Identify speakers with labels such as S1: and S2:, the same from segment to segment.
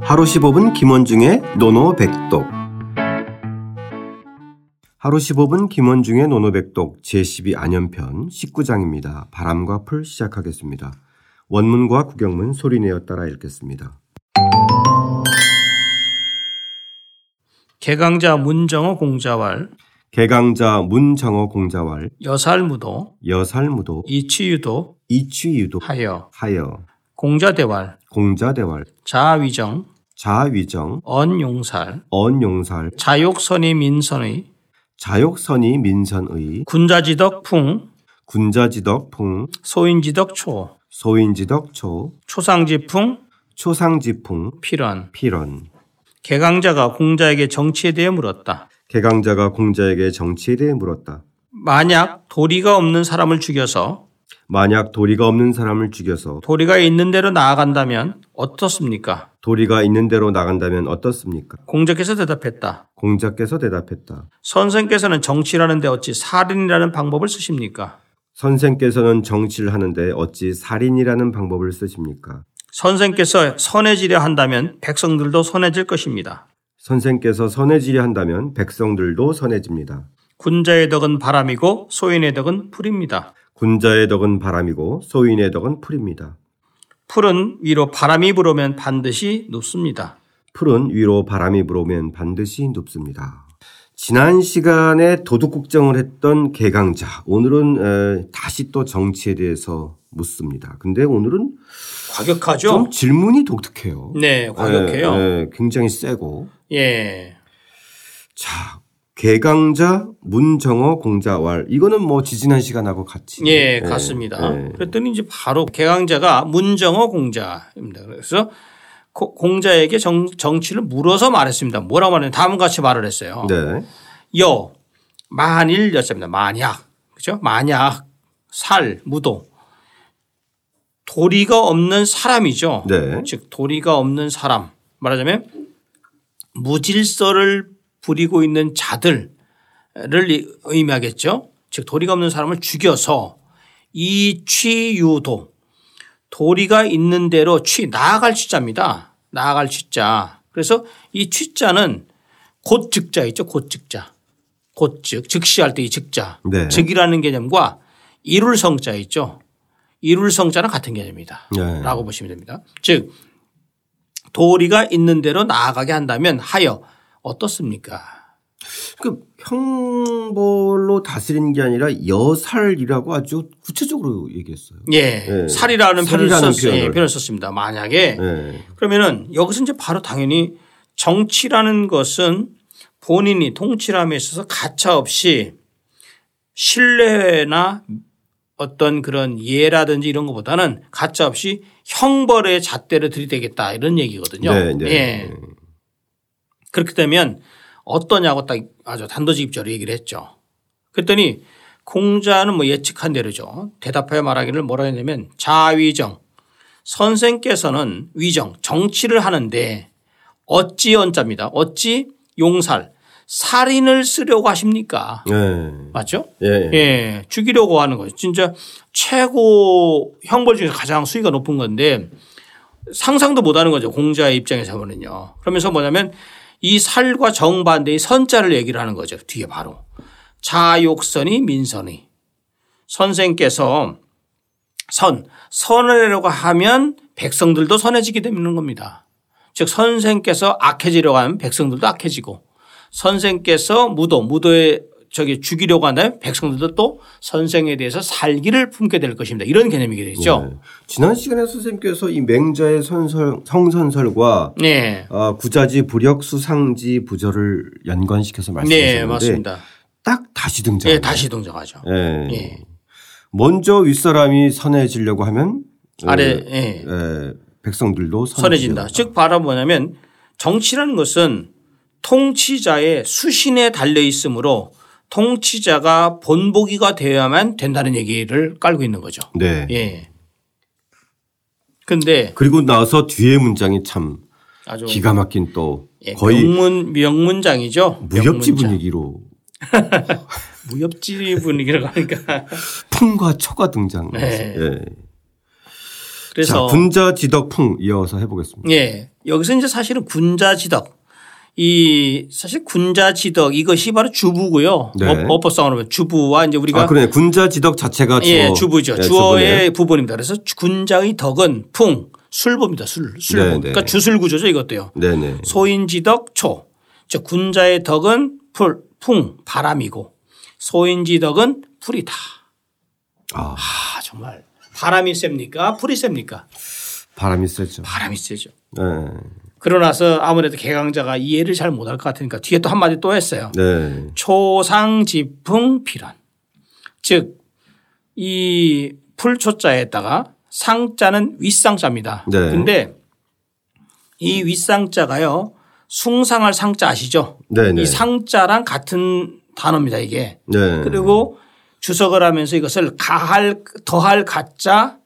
S1: 하루 15분 김원중의 노노백독 하루 15분 김원중의 노노백독 제12 안연편 19장입니다. 바람과 풀 시작하겠습니다. 원문과 구경문 소리내어 따라 읽겠습니다.
S2: 개강자 문정어 공자왈
S1: 개강자 문정어 공자왈
S2: 여살무도
S1: 여살무도
S2: 이치유도
S1: 이취유도
S2: 하여
S1: 하여
S2: 공자대왈
S1: 공자대왈
S2: 자위정
S1: 자위정
S2: 언용살
S1: 언용살
S2: 자욕선의 민선의
S1: 자욕선이 민선의
S2: 군자지덕풍
S1: 군자지덕풍
S2: 소인지덕초
S1: 소인지덕초
S2: 초상지풍
S1: 초상지풍
S2: 필언
S1: 필언
S2: 개강자가 공자에게 정치에 대해 물었다.
S1: 개강자가 공자에게 정치에 대해 물었다.
S2: 만약 도리가 없는 사람을 죽여서
S1: 만약 도리가 없는 사람을 죽여서
S2: 도리가 있는 대로 나아간다면 어떻습니까?
S1: 도리가 있는 대로 나간다면 어떻습니까?
S2: 공자께서 대답했다.
S1: 공자께서 대답했다.
S2: 선생께서는 정치라는데 어찌 살인이라는 방법을 쓰십니까?
S1: 선생께서는 정치를 하는데 어찌 살인이라는 방법을 쓰십니까?
S2: 선생께서 선해지려 한다면 백성들도 선해질 것입니다.
S1: 선생께서 선해지려 한다면 백성들도 선해집니다.
S2: 군자의 덕은 바람이고 소인의 덕은 풀입니다.
S1: 군자의 덕은 바람이고 소인의 덕은 풀입니다.
S2: 풀은 위로 바람이 불어오면 반드시 눕습니다.
S1: 풀은 위로 바람이 불어오면 반드시 눕습니다. 지난 시간에 도둑국정을 했던 개강자 오늘은 에, 다시 또 정치에 대해서 묻습니다. 근데 오늘은
S2: 과격하죠?
S1: 좀 질문이 독특해요.
S2: 그렇죠? 네, 과격해요.
S1: 예, 예, 굉장히 세고
S2: 예.
S1: 자 개강자 문정어 공자왈 이거는 뭐 지지난 시간하고 같이
S2: 예, 같습니다.
S1: 예.
S2: 그랬더니 이제 바로 개강자가 문정어 공자입니다. 그래서 고- 공자에게 정, 정치를 물어서 말했습니다. 뭐라고 말했냐? 다음과 같이 말을 했어요.
S1: 네
S2: 여 만일 여자입니다. 만약 그죠? 만약 살 무도 도리가 없는 사람이죠.
S1: 네.
S2: 즉 도리가 없는 사람 말하자면 무질서를 부리고 있는 자들을 이- 의미하겠죠. 즉 도리가 없는 사람을 죽여서 이 취유도 도리가 있는 대로 취 나아갈 취자입니다. 나아갈 취자. 그래서 이 취자는 곧 즉자 있죠. 곧 즉자. 곧 즉, 즉시할 때 이 즉자.
S1: 네.
S2: 즉이라는 개념과 이룰 성자 있죠. 이룰 성자는 같은 개념이다.
S1: 네.
S2: 라고 보시면 됩니다. 즉, 도리가 있는 대로 나아가게 한다면 하여 어떻습니까?
S1: 그러니까 형벌로 다스리는 게 아니라 여살이라고 아주 구체적으로 얘기했어요.
S2: 예.
S1: 네.
S2: 살이라는 표현을,
S1: 살이라는
S2: 썼, 예,
S1: 표현을.
S2: 표현을 썼습니다. 만약에
S1: 네.
S2: 그러면은 여기서 이제 바로 당연히 정치라는 것은 본인이 통치함에 있어서 가차없이 신뢰나 어떤 그런 예라든지 이런 것보다는 가차없이 형벌의 잣대를 들이대겠다 이런 얘기거든요.
S1: 네, 네.
S2: 예. 그렇게 되면 어떠냐고 딱 아주 단도직입적으로 얘기를 했죠. 그랬더니 공자는 뭐 예측한 대로죠. 대답하여 말하기를 뭐라 했냐면 자위정 선생께서는 위정 정치를 하는데 어찌 언자입니다. 어찌 용살 살인을 쓰려고 하십니까?
S1: 네.
S2: 맞죠?
S1: 예.
S2: 예, 죽이려고 하는 거죠. 진짜 최고 형벌 중에서 가장 수위가 높은 건데 상상도 못 하는 거죠. 공자의 입장에서 보면요. 그러면서 뭐냐면 이 살과 정반대의 선자를 얘기를 하는 거죠. 뒤에 바로. 자욕선이 민선이. 선생께서 선, 선하려고 하면 백성들도 선해지게 되는 겁니다. 즉 선생께서 악해지려고 하면 백성들도 악해지고 선생께서 무도 무도에 저기 죽이려고 한다면 백성들도 또 선생에 대해서 살기를 품게 될 것입니다. 이런 개념이게 되죠.
S1: 네. 지난 시간에 선생님께서 이 맹자의 선설, 성선설과
S2: 네.
S1: 아, 구자지 부력 수상지 부절을 연관시켜서 말씀하셨는데 네.
S2: 네, 맞습니다.
S1: 딱 다시 등장.
S2: 예, 다시 동작하죠.
S1: 예.
S2: 예.
S1: 먼저 윗사람이 선해지려고 하면
S2: 아래
S1: 예,
S2: 예.
S1: 예, 백성들도 음,
S2: 선해진다. 즉 바로 뭐냐면 정치라는 것은 통치자의 수신에 달려 있으므로 통치자가 본보기가 되어야만 된다는 얘기를 깔고 있는 거죠.
S1: 네.
S2: 예. 근데
S1: 그리고 나서 뒤에 문장이 참
S2: 아주
S1: 기가 막힌 또
S2: 예,
S1: 거의
S2: 명문 명문장이죠.
S1: 무협지
S2: 명문장.
S1: 분위기로
S2: 무협지 분위기라고 하니까
S1: 풍과 초가 등장.
S2: 네.
S1: 예.
S2: 그래서
S1: 자, 군자지덕풍 이어서 해보겠습니다.
S2: 예. 여기서 이제 사실은 군자지덕. 이 사실 군자지덕 이것이 바로 주부고요.
S1: 네.
S2: 어- 어법상으로 보면 주부와 이제 우리가
S1: 아 그러네. 군자지덕 자체가 주어.
S2: 예, 주부죠.
S1: 네,
S2: 주어의
S1: 주부네요.
S2: 부분입니다. 그래서 군자의 덕은 풍, 술보입니다. 술, 술.
S1: 네, 네.
S2: 그러니까 주술 구조죠 이것도요.
S1: 네네.
S2: 소인지덕 초. 즉 군자의 덕은 풀, 풍, 바람이고 소인지덕은 풀이다.
S1: 아
S2: 아 정말 바람이 셉니까? 풀이 셉니까?
S1: 바람이 세죠.
S2: 바람이 세죠.
S1: 네.
S2: 그러나서 아무래도 개강자가 이해를 잘 못할 것 같으니까 뒤에 또 한마디 또 했어요.
S1: 네.
S2: 초상지풍 필연. 즉, 이 풀초자에다가 상자는 윗상자입니다.
S1: 네.
S2: 근데 이 윗상자가요, 숭상할 상자 아시죠?
S1: 네네.
S2: 이 상자랑 같은 단어입니다, 이게.
S1: 네.
S2: 그리고 주석을 하면서 이것을 가할, 더할 가짜,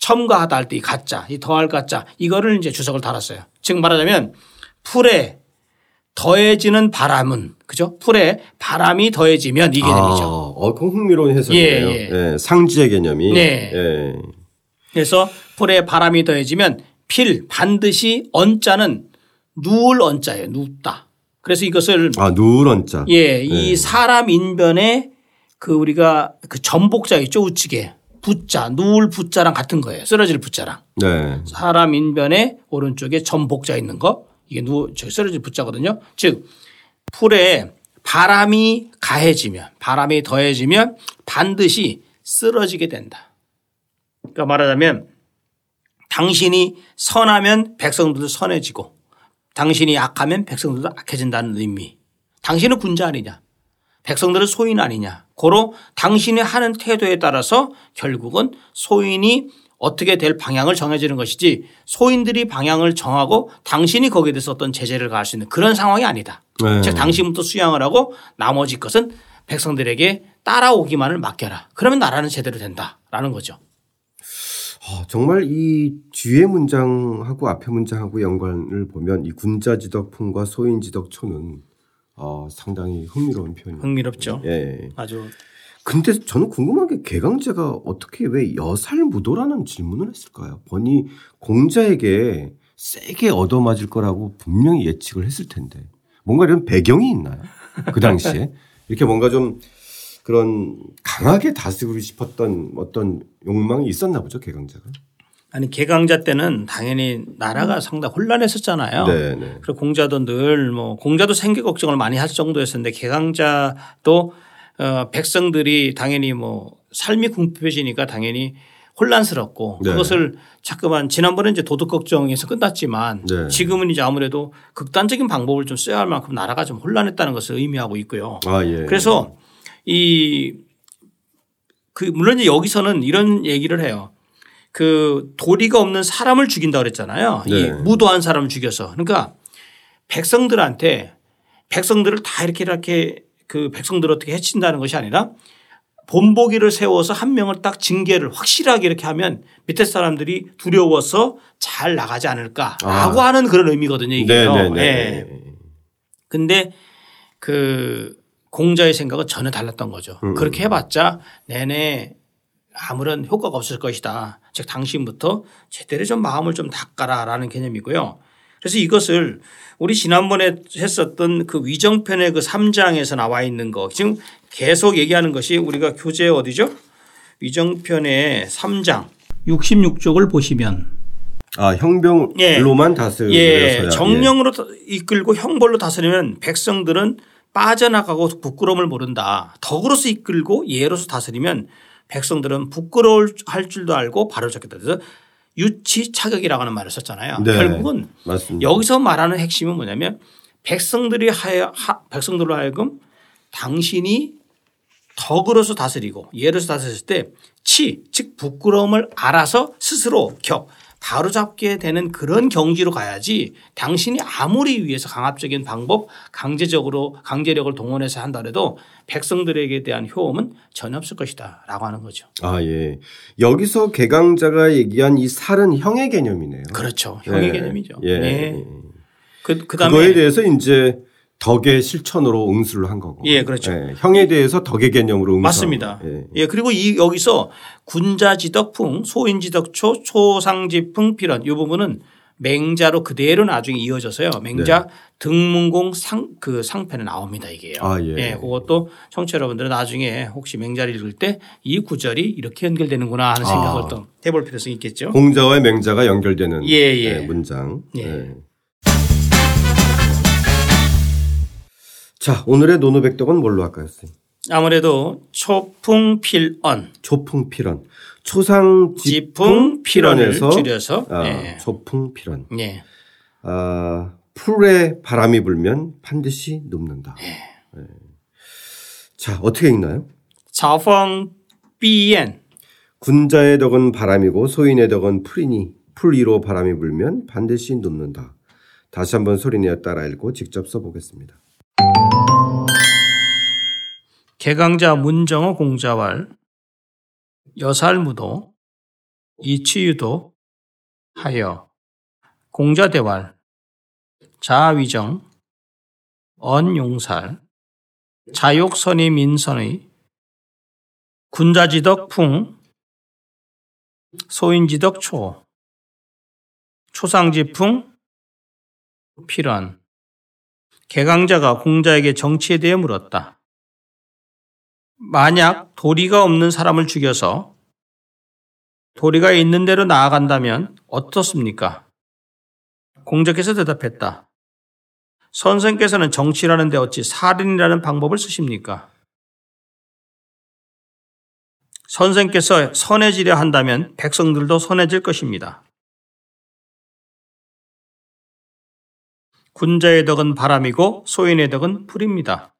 S2: 첨가하다 할 때 이 가짜, 이 더할 가짜 이거를 이제 주석을 달았어요. 즉 말하자면 풀에 더해지는 바람은 그죠? 풀에 바람이 더해지면 이게
S1: 아,
S2: 됩니다.
S1: 어, 그 흥미로운 해석이네요.
S2: 예,
S1: 예, 상지의 개념이.
S2: 네.
S1: 예.
S2: 그래서 풀에 바람이 더해지면 필 반드시 언자는 누울 언자예요. 눕다. 그래서 이것을
S1: 아, 누런자.
S2: 예, 이 사람 인변에 그 우리가 그 전복자 있죠 우측에 부자 누울 부자랑 같은 거예요. 쓰러질 부자랑.
S1: 네.
S2: 사람 인변의 오른쪽에 전복자 있는 거 이게 누 쓰러질 붙자거든요. 즉 풀에 바람이 가해지면 바람이 더해지면 반드시 쓰러지게 된다. 그러니까 말하자면 당신이 선하면 백성들도 선해지고 당신이 악하면 백성들도 악해진다는 의미. 당신은 군자 아니냐? 백성들은 소인 아니냐? 고로 당신이 하는 태도에 따라서 결국은 소인이 어떻게 될 방향을 정해지는 것이지 소인들이 방향을 정하고 당신이 거기에 대해서 어떤 제재를 가할 수 있는 그런 상황이 아니다.
S1: 네.
S2: 즉 당신부터 수양을 하고 나머지 것은 백성들에게 따라오기만을 맡겨라. 그러면 나라는 제대로 된다라는 거죠.
S1: 아, 정말 이 뒤에 문장하고 앞에 문장하고 연관을 보면 이 군자지덕풍과 소인지덕초는 어, 상당히 흥미로운 표현이에요.
S2: 음. 흥미롭죠.
S1: 예.
S2: 아주
S1: 근데 저는 궁금한 게 개강제가 어떻게 왜 여살무도라는 질문을 했을까요? 번이 공자에게 세게 얻어맞을 거라고 분명히 예측을 했을 텐데 뭔가 이런 배경이 있나요? 그 당시에 이렇게 뭔가 좀 그런 강하게 다스리고 싶었던 어떤 욕망이 있었나 보죠 개강제가.
S2: 아니 개강자 때는 당연히 나라가 상당히 혼란했었잖아요.
S1: 네, 네,
S2: 그리고 공자도 늘 뭐 공자도 생계 걱정을 많이 할 정도였었는데 개강자도 어 백성들이 당연히 뭐 삶이 궁핍해지니까 당연히 혼란스럽고
S1: 네.
S2: 그것을 자꾸만 지난번에 이제 도덕 걱정에서 끝났지만
S1: 네.
S2: 지금은 이제 아무래도 극단적인 방법을 좀 써야 할 만큼 나라가 좀 혼란했다는 것을 의미하고 있고요.
S1: 아 예.
S2: 그래서 이, 그, 물론 이제 여기서는 이런 얘기를 해요. 그 도리가 없는 사람을 죽인다 그랬잖아요. 이
S1: 네.
S2: 무도한 사람을 죽여서. 그러니까 백성들한테 백성들을 다 이렇게 이렇게 그 백성들을 어떻게 해친다는 것이 아니라 본보기를 세워서 한 명을 딱 징계를 확실하게 이렇게 하면 밑에 사람들이 두려워서 잘 나가지 않을까라고 하는 그런 의미거든요. 이게요.
S1: 아. 네, 네, 네.
S2: 예. 근데 그 공자의 생각은 전혀 달랐던 거죠. 그렇게 해봤자 내내 아무런 효과가 없을 것이다. 즉 당신부터 제대로 좀 마음을 좀 닦아라라는 개념이고요. 그래서 이것을 우리 지난번에 했었던 그 위정편의 그 3장에서 나와 있는 거 지금 계속 얘기하는 것이 우리가 교재 어디죠? 위정편의 3장 66쪽을 보시면
S1: 아 형병으로만 다스려서야.
S2: 예, 정령으로 다- 이끌고 형벌로 다스리면 백성들은 빠져나가고 부끄러움을 모른다. 덕으로서 이끌고 예로서 다스리면 백성들은 부끄러울 할 줄도 알고 바로 잡겠다. 그래서 유치 차격이라고 하는 말을 썼잖아요.
S1: 네.
S2: 결국은
S1: 맞습니다.
S2: 여기서 말하는 핵심은 뭐냐면 백성들이 하여 하- 백성들로 하여금 당신이 덕으로서 다스리고 예로서 다스렸을 때 치, 즉 부끄러움을 알아서 스스로 격, 바로잡게 되는 그런 경지로 가야지 당신이 아무리 위해서 강압적인 방법, 강제적으로 강제력을 동원해서 한다 해도 백성들에게 대한 효험은 전혀 없을 것이다 라고 하는 거죠.
S1: 아 예. 여기서 개강자가 얘기한 이 살은 형의 개념이네요.
S2: 그렇죠. 형의
S1: 예.
S2: 개념이죠.
S1: 예.
S2: 네. 그, 그 다음에
S1: 그거에 대해서 이제 덕의 실천으로 응수를 한 거고.
S2: 예, 그렇죠.
S1: 예, 형에 대해서 덕의 개념으로 응수.
S2: 맞습니다.
S1: 예.
S2: 예, 그리고 이 여기서 군자지덕풍, 소인지덕초, 초상지풍 필연 이 부분은 맹자로 그대로 나중에 이어져서요. 맹자 등문공 상 그 상편에 나옵니다 이게요.
S1: 네. 아, 예.
S2: 그것도 청취자 여러분들은 나중에 혹시 맹자를 읽을 때 이 구절이 이렇게 연결되는구나 하는 생각을
S1: 아.
S2: 또 해볼 필요성이 있겠죠.
S1: 공자와 맹자가 연결되는
S2: 예, 예.
S1: 문장.
S2: 예.
S1: 자, 오늘의 노노백덕은 뭘로 할까요, 선생님?
S2: 아무래도 초풍필언,
S1: 초풍필언. 초상
S2: 지풍필언을
S1: 지풍필언에서
S2: 줄여서
S1: 아,
S2: 예.
S1: 초풍필언.
S2: 예.
S1: 아, 풀에 바람이 불면 반드시 눕는다. 예. 자, 어떻게 읽나요?
S2: 자펑 비엔
S1: 군자의 덕은 바람이고 소인의 덕은 풀이니 풀 위로 바람이 불면 반드시 눕는다. 다시 한번 소리내어 따라 읽고 직접 써보겠습니다.
S2: 개강자 문정호 공자왈 여살무도 이치유도 하여 공자대왈 자위정 언용살 자욕선의 민선의 군자지덕풍 소인지덕초 초상지풍 필연 개강자가 공자에게 정치에 대해 물었다. 만약 도리가 없는 사람을 죽여서 도리가 있는 대로 나아간다면 어떻습니까? 공자께서 대답했다. 선생께서는 정치라는데 어찌 살인이라는 방법을 쓰십니까? 선생께서 선해지려 한다면 백성들도 선해질 것입니다. 군자의 덕은 바람이고 소인의 덕은 풀입니다.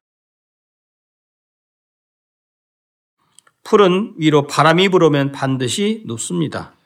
S2: 풀은 위로 바람이 불어오면 반드시 눕습니다.